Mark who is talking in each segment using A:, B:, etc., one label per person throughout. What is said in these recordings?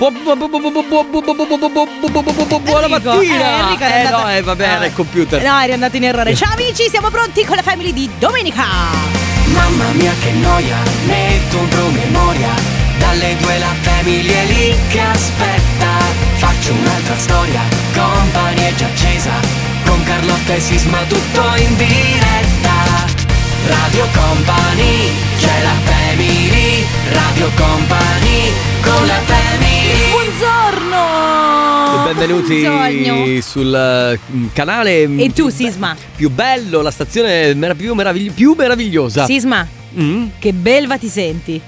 A: Bu- bu- bu- bu- bu- bu- bu- bu- bu- bu- bu- bu- bu- bu- bu- bu- Buona
B: Enrico, eh,
A: mattina!
B: Enrico era
A: Eh no,
B: andato-
A: eh vabbè, era il computer.
B: No, eri andato in errore. Ciao amici, siamo pronti con la family di domenica.
C: Mamma mia che noia, metto un promemoria Dalle due la famiglia è lì che aspetta Faccio un'altra storia, company è già accesa Con Carlotta e Sisma tutto in diretta Radio Company, c'è la family Radio Company, con la family
B: Buongiorno! Buongiorno.
A: Benvenuti sul eh, canale
B: E tu,
A: più
B: Sisma?
A: be- più bello, la stazione merav- più, meravigli- più meravigliosa.
B: Sisma,
A: Mm,
B: che belva ti senti?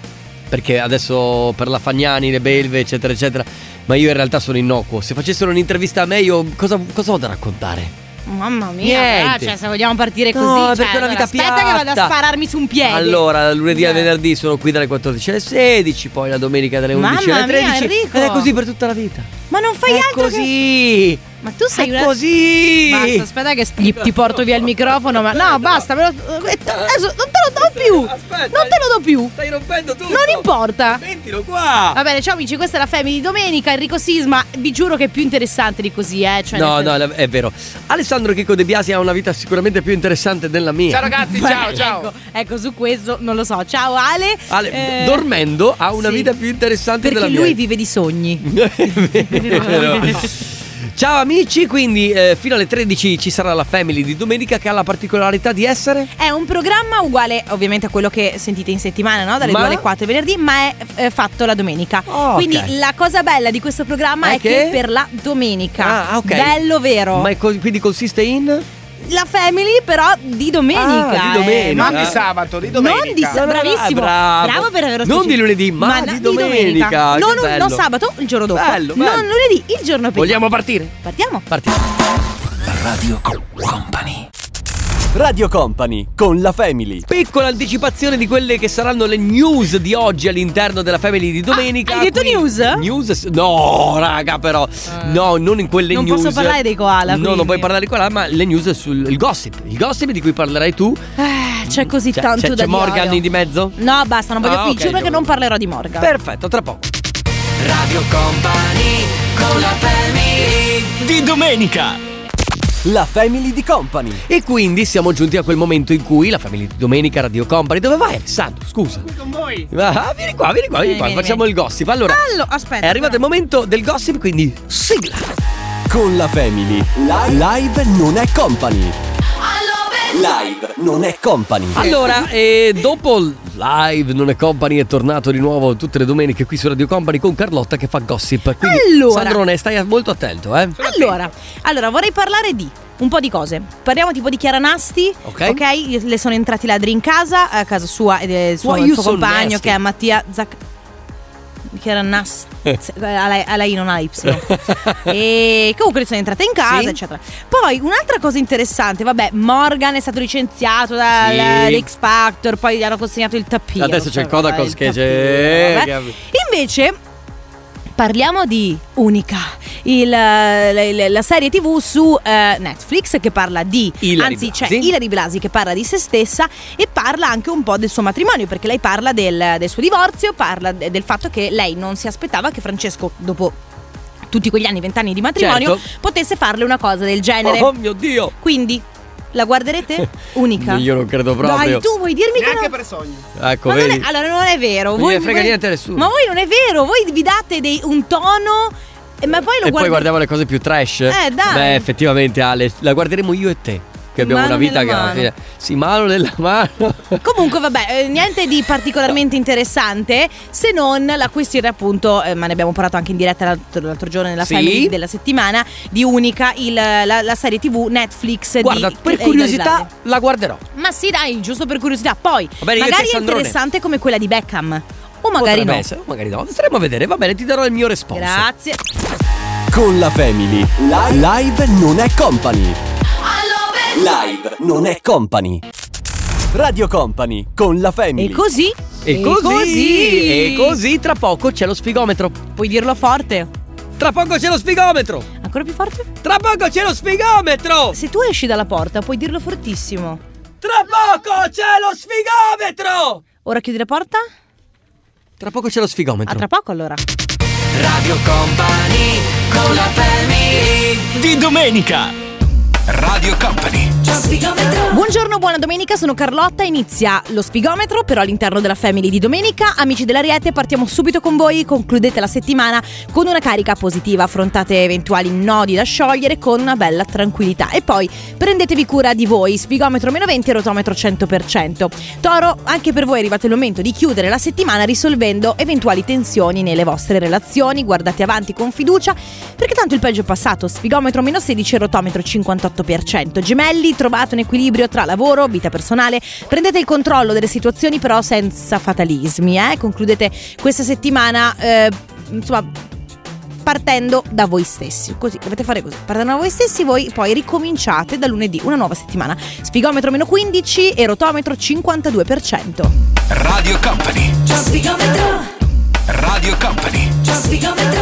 A: perché adesso per la Fagnani, le belve, eccetera, eccetera. Ma io in realtà sono innocuo. Se facessero un'intervista a me, io cosa, cosa ho da raccontare?
B: Mamma
A: mia, Niente. però, cioè,
B: se vogliamo partire
A: No, così, cioè, perché è una allora, vita
B: aspetta
A: aspetta che
B: che
A: piatta.
B: vado a spararmi su un piede.
A: Allora, lunedì
B: Eh.
A: al venerdì sono qui dalle 14 alle 16, poi la domenica dalle 11
B: Mamma
A: alle
B: mia,
A: 13.
B: Enrico.
A: ed è così per tutta la vita.
B: Ma non fai
A: è
B: altro che
A: così.
B: Ma tu sei
A: È
B: una
A: così.
B: Basta, aspetta che gli- ti porto via il microfono, ma no, basta, però adesso non te lo do più.
A: Aspetta.
B: Non te lo do più.
A: Stai rompendo tutto.
B: Non importa.
A: Mettilo qua.
B: Va bene, ciao amici, questa è la Family di domenica, Enrico Sisma, vi giuro che è più interessante di così, eh, cioè
A: No,
B: nel
A: no,
B: senso-
A: la- è vero. Alessandro Checco De Biasi ha una vita sicuramente più interessante della mia.
D: Ciao ragazzi, ciao
B: Beh,
D: ciao.
B: Ecco, ecco, su questo non lo so. Ciao Ale.
A: Ale,
B: Eh,
A: dormendo ha una
B: sì.
A: vita più interessante
B: Perché
A: della mia.
B: lui vive di sogni.
A: È vero. Ciao amici, quindi eh, fino alle 13 ci sarà la Family di domenica che ha la particolarità di essere
B: È un programma uguale ovviamente a quello che sentite in settimana, no? Dalle
A: Ma?
B: 2 alle 4 il venerdì, ma è eh, fatto la domenica.
A: Oh, ok.
B: Quindi la cosa bella di questo programma
A: È
B: è, che?
A: che
B: per la domenica.
A: Ah, ok.
B: Bello vero.
A: Ma è co- quindi consiste in
B: La family però di domenica.
A: Ah, di domenica.
B: eh.
A: No,
D: Non
A: eh.
D: di sabato, di domenica.
B: Non di
A: No,
B: sa-
A: no, no,
B: bravissimo.
A: bravo.
B: per aver
A: Non di lunedì, ma di
B: na-
A: domenica. Che
B: Non, un-
A: bello.
B: non sabato, il giorno dopo.
A: Bello, bello.
B: Non lunedì, il giorno prima.
A: Vogliamo partire?
B: Partiamo.
A: Partiamo.
C: Radio Company
E: Radio Company con la Family.
A: Piccola anticipazione di quelle che saranno le news di oggi all'interno della Family di domenica.
B: Ah, hai detto news? Eh.
A: News? No, raga, però. No, non in quelle
B: Non
A: news.
B: posso parlare dei koala,
A: No, non
B: quindi.
A: puoi parlare di koala, ma le news sul il gossip. Il gossip di cui parlerai tu.
B: Eh, c'è così
A: C'è-
B: tanto
A: c'è-
B: da
A: c'è
B: dire.
A: Morgan di mezzo?
B: No, basta, non voglio
A: Ah,
B: più.
A: ok,
B: giuro che
A: giuro.
B: non parlerò di Morgan.
A: Perfetto, tra poco.
C: Radio Company, con la family
E: Di domenica. La Family di Company.
A: E quindi siamo giunti a quel momento in cui la famiglia di domenica Radio Company. Dove vai, Alessandro? Scusa.
D: Con voi.
A: Ah, vieni qua, vieni qua, vieni
B: Vieni,
A: qua.
B: vieni,
A: Facciamo il gossip. Allora,
B: Allora, Ah, aspetta.
A: è arrivato il momento del gossip, quindi sigla.
E: Con la Family. Li- Live non è company. Live non è company.
A: Allora, eh, dopo il live non è company è tornato di nuovo tutte le domeniche qui su Radio Company con Carlotta che fa gossip. Quindi
B: Allora.
A: Sandrone, stai molto attento, eh.
B: Allora, allora, vorrei parlare di un po' di cose. Parliamo tipo di Chiara Nasti.
A: Ok.
B: ok? Le sono entrati ladri in casa, a casa sua e del suo,
A: Why
B: il
A: you
B: suo
A: so
B: compagno
A: nasty?
B: che è Mattia Zac. Chiara eh, Nasti.
A: Eh.
B: alla, alla I non alla Y. e comunque le sono entrate in casa,
A: Sì.
B: eccetera. Poi un'altra cosa interessante, vabbè, Morgan è stato licenziato dall'X Factor, poi gli hanno consegnato il cioè, tappino.
A: Adesso c'è il Codacons che
B: c'è.
A: c'è.
B: Invece parliamo di Unica, il, eh, la, la serie tv su eh, Netflix che parla di...
A: Ilari
B: anzi, c'è
A: Blasi.
B: Ilari Blasi che parla di se stessa e parla anche un po' del suo matrimonio, perché lei parla del, del suo divorzio, parla de- del fatto che lei non si aspettava che Francesco, dopo tutti quegli anni, vent'anni di matrimonio,
A: Certo.
B: potesse farle una cosa del genere.
A: Oh mio Dio!
B: Quindi, la guarderete? Unica.
A: Io non credo proprio.
B: Dai, tu vuoi dirmi che
D: Neanche
B: non...
D: per sogno.
A: Ecco,
B: Ma non
A: vedi?
B: è, allora non è vero.
A: Non
B: voi,
A: gliene frega
B: voi-
A: niente a nessuno.
B: Ma voi non è vero, voi vi date dei- un tono, eh, ma poi lo
A: E poi
B: guardate.
A: guardiamo le cose più trash.
B: Eh, dai.
A: Beh, effettivamente, Ale, la guarderemo io e te. Che abbiamo
B: Mano
A: una vita
B: nella
A: che alla
B: mano.
A: fine. Sì, mano nella mano.
B: Comunque, vabbè, eh, niente di particolarmente interessante se non la questione, appunto, eh, ma ne abbiamo parlato anche in diretta l'altro, l'altro giorno nella
A: Sì.
B: family della settimana di Unica, il- la, la serie TV Netflix.
A: Guarda,
B: di, eh,
A: per
B: di
A: curiosità
B: Garilare.
A: la guarderò.
B: Ma sì, dai, giusto per curiosità. Poi,
A: Va bene, io e te,
B: magari è
A: Sandrone.
B: interessante come quella di Beckham. O magari
A: Potrebbe
B: no.
A: essere, magari no. Staremo a vedere. Va bene, ti darò il mio responso.
B: Grazie.
E: Con la Family. Li- Live non è company. Live non è company. Radio Company con la Family.
B: E così?
A: E così, e così tra poco c'è lo sfigometro.
B: Puoi dirlo forte?
A: Tra poco c'è lo sfigometro.
B: Ancora più forte?
A: Tra poco c'è lo sfigometro.
B: Se tu esci dalla porta puoi dirlo fortissimo.
A: Tra poco c'è lo sfigometro.
B: Ora chiudi la porta?
A: Tra poco c'è lo
B: A
A: sfigometro.
B: tra poco allora.
C: Radio Company con la family
D: Di domenica.
C: Radio Company
B: Buongiorno, buona domenica, sono Carlotta, inizia lo spigometro però all'interno della Family di domenica. Amici dell'Ariete, partiamo subito con voi, concludete la settimana con una carica positiva, affrontate eventuali nodi da sciogliere con una bella tranquillità e poi prendetevi cura di voi, spigometro meno 20 e rotometro 100%. Toro, anche per voi è arrivato il momento di chiudere la settimana risolvendo eventuali tensioni nelle vostre relazioni, guardate avanti con fiducia perché tanto il peggio è passato, spigometro meno 16 e rotometro 58%. Gemelli, trovate un equilibrio tra lavoro, vita personale, prendete il controllo delle situazioni però senza fatalismi, eh? concludete questa settimana eh, insomma partendo da voi stessi, così dovete fare così, partendo da voi stessi voi poi ricominciate da lunedì una nuova settimana, spigometro meno 15 e rotometro 52%.
C: Radio Company Radio Company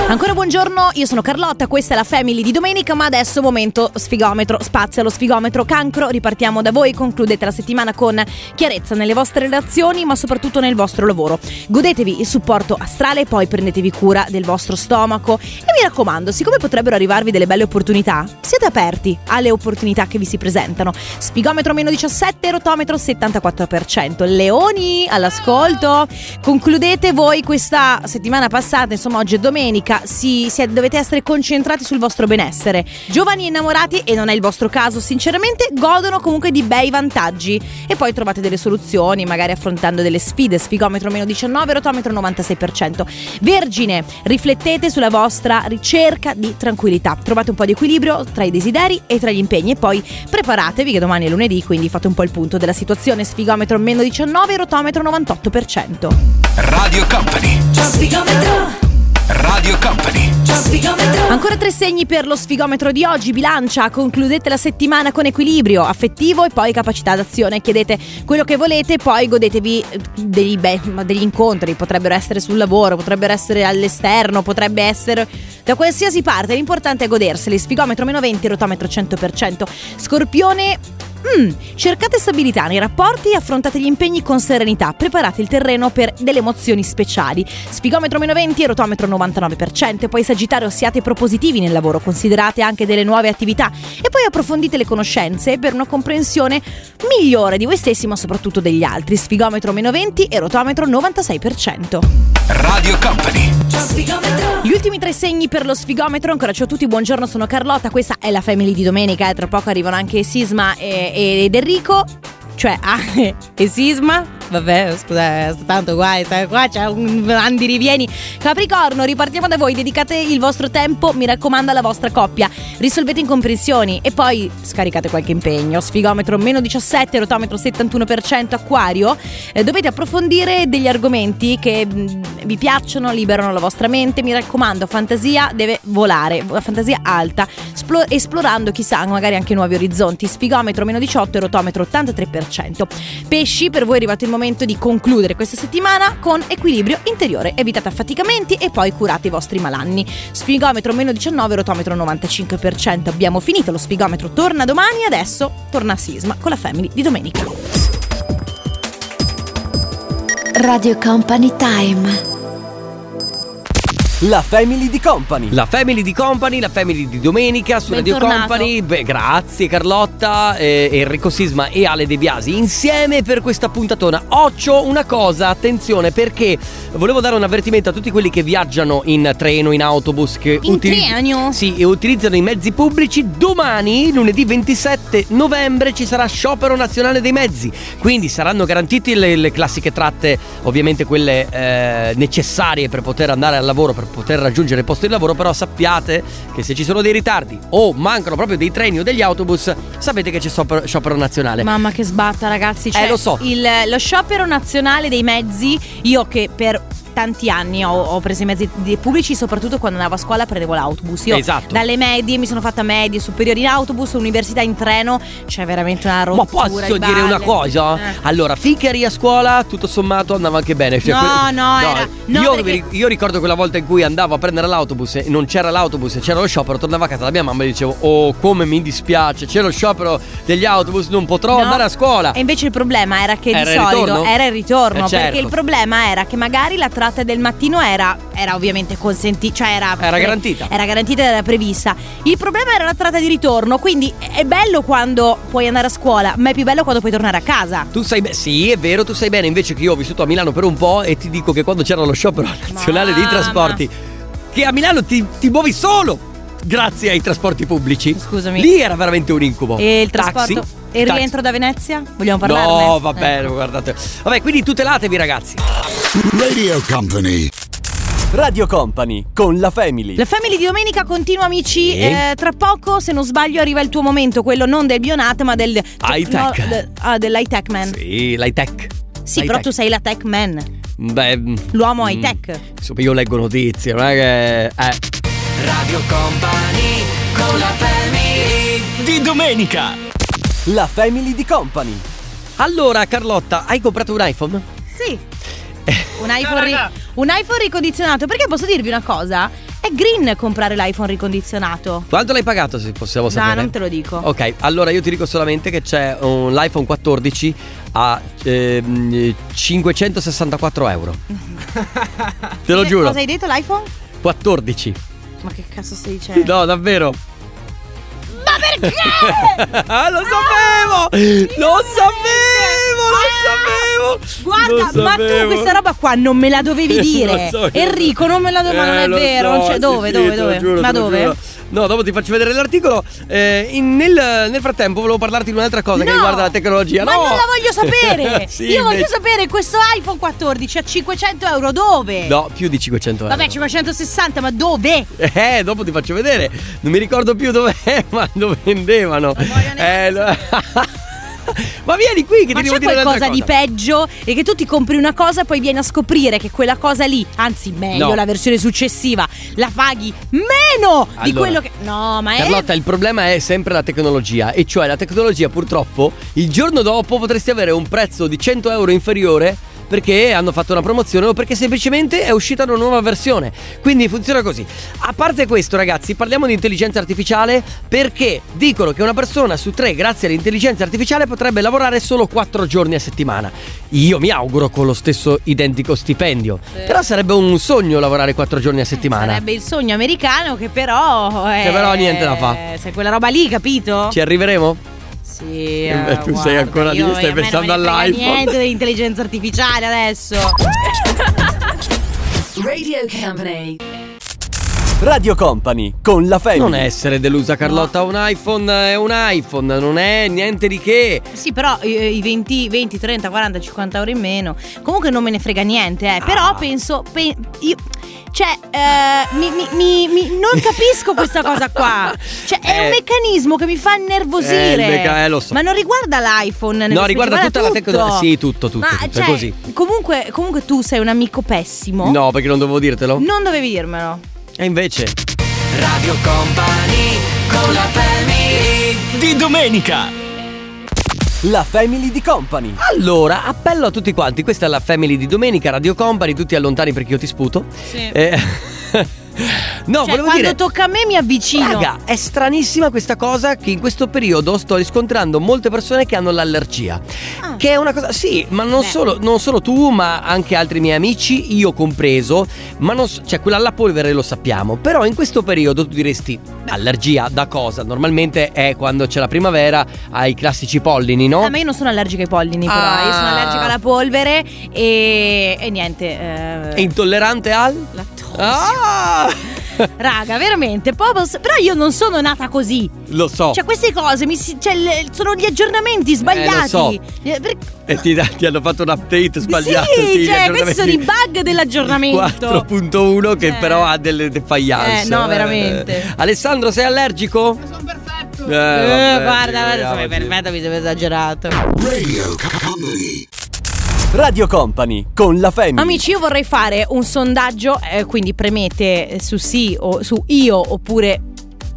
B: Ancora buongiorno, io sono Carlotta, questa è la Family di domenica, ma adesso momento sfigometro, spazio allo sfigometro cancro, ripartiamo da voi, concludete la settimana con chiarezza nelle vostre relazioni, ma soprattutto nel vostro lavoro. Godetevi il supporto astrale e poi prendetevi cura del vostro stomaco e mi raccomando, siccome potrebbero arrivarvi delle belle opportunità, siete aperti alle opportunità che vi si presentano. Sfigometro meno 17, rotometro 74%. Leoni, all'ascolto. Concludete voi questa settimana passata, insomma oggi è domenica, si, si è- dovete essere concentrati sul vostro benessere. Giovani innamorati, e non è il vostro caso sinceramente, godono comunque di bei vantaggi e poi trovate delle soluzioni, magari affrontando delle sfide, sfigometro meno 19, rotometro 96%. Vergine, riflettete sulla vostra ricerca di tranquillità, trovate un po' di equilibrio tra i desideri e tra gli impegni e poi preparatevi che domani è lunedì, quindi fate un po' il punto della situazione, sfigometro meno 19, rotometro 98%.
C: Radio Company Radio Company
B: Ancora tre segni per lo sfigometro di oggi, bilancia, concludete la settimana con equilibrio affettivo e poi capacità d'azione, chiedete quello che volete, poi godetevi eh, degli, be- ma degli incontri, potrebbero essere sul lavoro, potrebbero essere all'esterno, potrebbe essere da qualsiasi parte, l'importante è goderseli, sfigometro meno 20, rotometro 100%, scorpione... mm, cercate stabilità nei rapporti e affrontate gli impegni con serenità, preparate il terreno per delle emozioni speciali. Spigometro meno 20 e rotometro 99%. E Poi Sagittario siate propositivi nel lavoro, considerate anche delle nuove attività e poi approfondite le conoscenze per una comprensione migliore di voi stessi ma soprattutto degli altri. Spigometro meno 20 e rotometro 96%.
C: Radio Company
B: Gli ultimi tre segni per lo sfigometro, ancora ciao a tutti, buongiorno sono Carlotta, questa è la Family di domenica e tra poco arrivano anche Sisma e- e- ed Enrico, cioè ah, e Sisma, vabbè scusa, eh, tanto qua, eh, qua c'è un andi rivieni. Capricorno, ripartiamo da voi, dedicate il vostro tempo, mi raccomando, alla vostra coppia, risolvete incomprensioni e poi scaricate qualche impegno, sfigometro meno 17, rotometro 71%, acquario, eh, dovete approfondire degli argomenti che mh, vi piacciono, liberano la vostra mente. Mi raccomando, fantasia deve volare, vo- fantasia alta, splo- esplorando chissà magari anche nuovi orizzonti. Spigometro meno 18 e rotometro 83%. Pesci, per voi è arrivato il momento di concludere questa settimana con equilibrio interiore. Evitate affaticamenti e poi curate i vostri malanni. Spigometro meno 19, rotometro 95%. Abbiamo finito lo spigometro, torna domani e adesso torna a Sisma con la Family di domenica.
F: Radio Company Time.
E: La Family di Company.
A: La family di Company, la family di domenica su Radio
B: Bentornato.
A: Company. Beh, grazie Carlotta, eh, Enrico Sisma e Ale De Biasi insieme per questa puntatona. Occio una cosa, attenzione perché volevo dare un avvertimento a tutti quelli che viaggiano in treno, in autobus, che
B: In
A: utili-
B: triennio?
A: Sì, e utilizzano i mezzi pubblici. Domani, lunedì 27 novembre, ci sarà sciopero nazionale dei mezzi. Quindi saranno garantite le, le classiche tratte, ovviamente quelle eh, necessarie per poter andare al lavoro, per poter raggiungere il posto di lavoro. Però sappiate che se ci sono dei ritardi o mancano proprio dei treni o degli autobus, sapete che c'è sciopero, sciopero nazionale.
B: Mamma che sbatta ragazzi cioè,
A: Eh, lo so.
B: il- Lo sciopero nazionale dei mezzi Io che per tanti anni ho, ho preso i mezzi di- pubblici Soprattutto quando andavo a scuola prendevo l'autobus Io
A: Esatto.
B: dalle medie mi sono fatta medie, superiori in autobus Università in treno C'è veramente una
A: Ma
B: rottura
A: posso dire
B: di balle.
A: una cosa?
B: Eh.
A: Allora, finché eri a scuola, tutto sommato andava anche bene. Cioè,
B: No, no, era- no,
A: io,
B: perché-
A: mi- io ricordo quella volta in cui andavo a prendere l'autobus e non c'era l'autobus e c'era lo sciopero, tornavo a casa da mia mamma e dicevo, oh, come mi dispiace, c'è lo sciopero degli autobus, non potrò
B: No.
A: andare a scuola.
B: E invece il problema era che
A: Era
B: di
A: il
B: solito
A: ritorno?
B: era il ritorno,
A: Eh, certo.
B: perché il problema era che magari la serata e del mattino era, era ovviamente consentita, cioè era,
A: Era garantita.
B: Era garantita ed era prevista. Il problema era la tratta di ritorno, quindi è bello quando puoi andare a scuola, ma è più bello quando puoi tornare a casa.
A: Tu sai bene, sì è vero, tu sai bene invece che io ho vissuto a Milano per un po' e ti dico che quando c'era lo sciopero nazionale dei
B: Mamma.
A: trasporti, che a Milano ti, ti muovi solo grazie ai trasporti pubblici.
B: Scusami.
A: Lì era veramente un incubo.
B: E il
A: Taxi,
B: trasporto e il
A: taxi.
B: rientro da Venezia? Vogliamo parlarne?
A: No, va
B: Eh.
A: bene, guardate. Vabbè, quindi tutelatevi ragazzi.
D: Radio Company.
E: Radio Company con la Family.
B: La family di domenica continua amici,
A: Sì.
B: Eh, tra poco se non sbaglio arriva il tuo momento, quello non del Bionat ma del...
A: High tech.
B: no, de- ah, dell'high tech man. Sì,
A: Sì, l'high tech. L'high
B: però
A: tech.
B: tu sei la tech man,
A: Beh, mm,
B: l'uomo
A: mm,
B: high tech.
A: Insomma, io leggo notizie, non è che. Eh.
C: Radio Company con la family
E: Di domenica. La Family di Company.
A: Allora, Carlotta, hai comprato un iPhone?
B: Sì. Un iPhone, ri- un iPhone ricondizionato, perché posso dirvi una cosa? È green comprare l'iPhone ricondizionato.
A: Quanto l'hai pagato, se possiamo
B: No,
A: sapere?
B: non te lo dico.
A: Ok, allora io ti dico solamente che c'è un l'iPhone 14 a ehm, 564 euro. Te lo
B: Cosa-
A: giuro,
B: Cosa hai detto l'iPhone?
A: 14.
B: Ma che cazzo stai dicendo?
A: No, davvero.
B: Ma perché?
A: Ah, lo sapevo! Lo sapevo! Lo sapevo!
B: Ah! Guarda,
A: Lo
B: ma tu
A: sapevo.
B: questa roba qua non me la dovevi dire.
A: Lo so che-
B: Enrico, non me la dovevi. ma non
A: Eh,
B: è
A: lo
B: vero.
A: so,
B: non c'è-
A: sì,
B: dove,
A: sì,
B: dove,
A: te lo
B: dove?
A: giuro,
B: ma
A: te lo
B: dove?
A: giuro. No, dopo ti faccio vedere l'articolo. Eh, in- nel, nel frattempo volevo parlarti di un'altra cosa che
B: No!
A: riguarda la tecnologia.
B: Ma
A: no!
B: non la voglio sapere.
A: Sì,
B: Io voglio
A: invece-
B: sapere questo iPhone 14 a 500 euro dove?
A: No, più di 500 euro.
B: Vabbè, 560, ma dove?
A: Eh, dopo ti faccio vedere. Non mi ricordo più dov'è, ma lo vendevano.
B: Non voglio neanche
A: Eh, lo- ma vieni qui che
B: Ma
A: ti devo
B: c'è
A: dire
B: qualcosa
A: un'altra
B: di
A: cosa.
B: peggio? E che tu ti compri una cosa e poi vieni a scoprire che quella cosa lì, anzi meglio
A: No.
B: la versione successiva, la paghi meno di
A: Allora.
B: quello che... No, ma è...
A: Carlotta, il problema è sempre la tecnologia, e cioè la tecnologia purtroppo il giorno dopo potresti avere un prezzo di 100 euro inferiore perché hanno fatto una promozione o perché semplicemente è uscita una nuova versione. Quindi funziona così. A parte questo ragazzi, parliamo di intelligenza artificiale perché dicono che una persona su tre grazie all'intelligenza artificiale potrebbe lavorare solo 4 giorni a settimana. Io mi auguro con lo stesso identico stipendio, però sarebbe un sogno lavorare 4 giorni a settimana.
B: Eh, Sarebbe il sogno americano che però... eh,
A: Che però niente la fa.
B: Se quella roba lì, capito?
A: Ci arriveremo?
B: Sì.
A: Eh beh, tu sei ancora lì, stai pensando
B: all'iPhone.
A: all'iPhone.
B: Niente dell'intelligenza artificiale adesso.
G: Radio Company.
E: Radio Company con la
B: Eh,
E: Family.
A: Non essere delusa Carlotta, un iPhone è un iPhone, non è niente di che.
B: Sì, però eh, i 20, 20, 30, 40, 50 euro in meno. Comunque non me ne frega niente, eh.
A: Ah.
B: Però penso. pe- io- cioè, eh, mi, mi- mi- mi- non capisco questa cosa qua. Cioè, è un
A: Eh.
B: meccanismo che mi fa
A: Eh,
B: innervosire.
A: il meca- eh, lo so.
B: Ma non riguarda l'iPhone. nello
A: No,
B: specifico,
A: riguarda tutta la
B: tutto.
A: tecnologia. Sì, tutto, tutto,
B: Ma
A: tutto, è
B: cioè,
A: così.
B: Comunque, comunque tu sei un amico pessimo.
A: No, perché non dovevo dirtelo?
B: Non dovevi dirmelo.
A: E invece.
C: Radio Company con la family
E: Di domenica. La Family di Company.
A: Allora, appello a tutti quanti. Questa è la family di domenica, Radio Company, tutti allontani perché io ti sputo.
B: Sì.
A: Eh, no,
B: cioè,
A: volevo
B: quando
A: dire.
B: tocca a me mi avvicino.
A: Raga, è stranissima questa cosa che in questo periodo sto riscontrando molte persone che hanno l'allergia.
B: Ah.
A: Che è una cosa. Sì, ma non
B: Beh.
A: solo, non solo tu, ma anche altri miei amici, io compreso. Ma non. so- Cioè, quella alla polvere lo sappiamo. Però in questo periodo tu diresti allergia da cosa? Normalmente è quando c'è la primavera, ai classici pollini, no?
B: Ah, ma io non sono allergica ai pollini, però.
A: Ah.
B: Io sono allergica alla polvere e, e niente. eh,
A: È intollerante al.
B: lattosio.
A: Ah!
B: Raga, veramente. Popos- però io non sono nata così.
A: Lo so.
B: Cioè, queste cose mi si- cioè, le- sono gli aggiornamenti sbagliati.
A: Oh. so.
B: Eh, per-
A: E ti, ti hanno fatto un update sbagliato.
B: Sì,
A: gli
B: cioè, questi sono i
A: aggiornamenti.
B: bug dell'aggiornamento.
A: 4.1 che
B: Eh.
A: però ha delle defiance.
B: Eh, no, veramente.
A: Eh, Alessandro, sei allergico? Sono perfetto. Eh,
B: Eh,
A: vabbè,
B: guarda, guarda,
A: figuriamoci.
B: insomma, perfetto, mi sembra esagerato.
D: Radio Company.
E: Radio Company con la
A: Mm.
E: Family.
B: Amici, io vorrei fare un sondaggio, eh, quindi premete su sì o su io oppure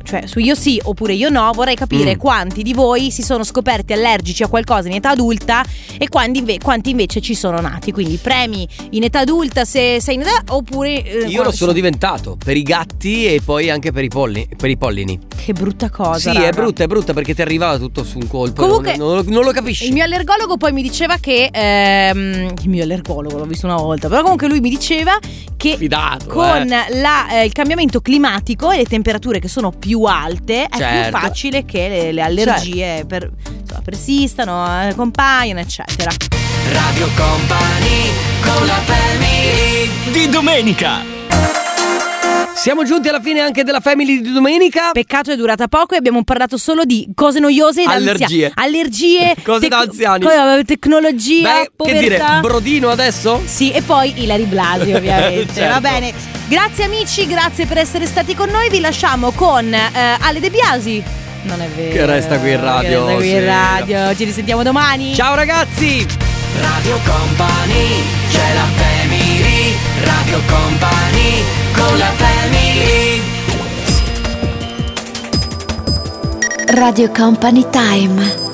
B: cioè su io sì oppure io no, vorrei capire
A: Mm.
B: quanti di voi si sono scoperti allergici a qualcosa in età adulta e quanti, inve- quanti invece ci sono nati. Quindi premi in età adulta se sei in età oppure... eh,
A: Io
B: quando-
A: lo sono diventato per i gatti e poi anche per i, polli- per i pollini.
B: Che brutta cosa.
A: sì,
B: raga.
A: è brutta, è brutta perché ti arrivava tutto su un colpo.
B: Comunque,
A: non, non- non lo capisci.
B: Il mio allergologo poi mi diceva che... ehm, il mio allergologo l'ho visto una volta, però comunque lui mi diceva che
A: Fidato.
B: con
A: eh.
B: la- eh, il cambiamento climatico e le temperature che sono più alte è più
A: Certo.
B: facile che le, le allergie per- insomma, persistano, eh, compaiano, eccetera.
C: Radio Company con la family
G: Di domenica.
A: Siamo giunti alla fine anche della family di domenica.
B: Peccato è durata poco e abbiamo parlato solo di cose noiose ed
A: Allergie.
B: anzia- Allergie,
A: Cose da anziani.
B: co- eh, tecnologia,
A: Beh, che
B: povertà.
A: dire, Brodino adesso?
B: Sì, e poi Ilari Blasi, ovviamente.
A: Certo.
B: Va bene. Grazie amici, grazie per essere stati con noi. Vi lasciamo con eh, Ale De Biasi. Non è vero.
A: Che resta qui in radio,
B: Che resta qui in
A: sì.
B: radio. Ci risentiamo domani.
A: Ciao ragazzi!
C: Radio Company c'è la family Radio Company con la family
F: Radio Company Time.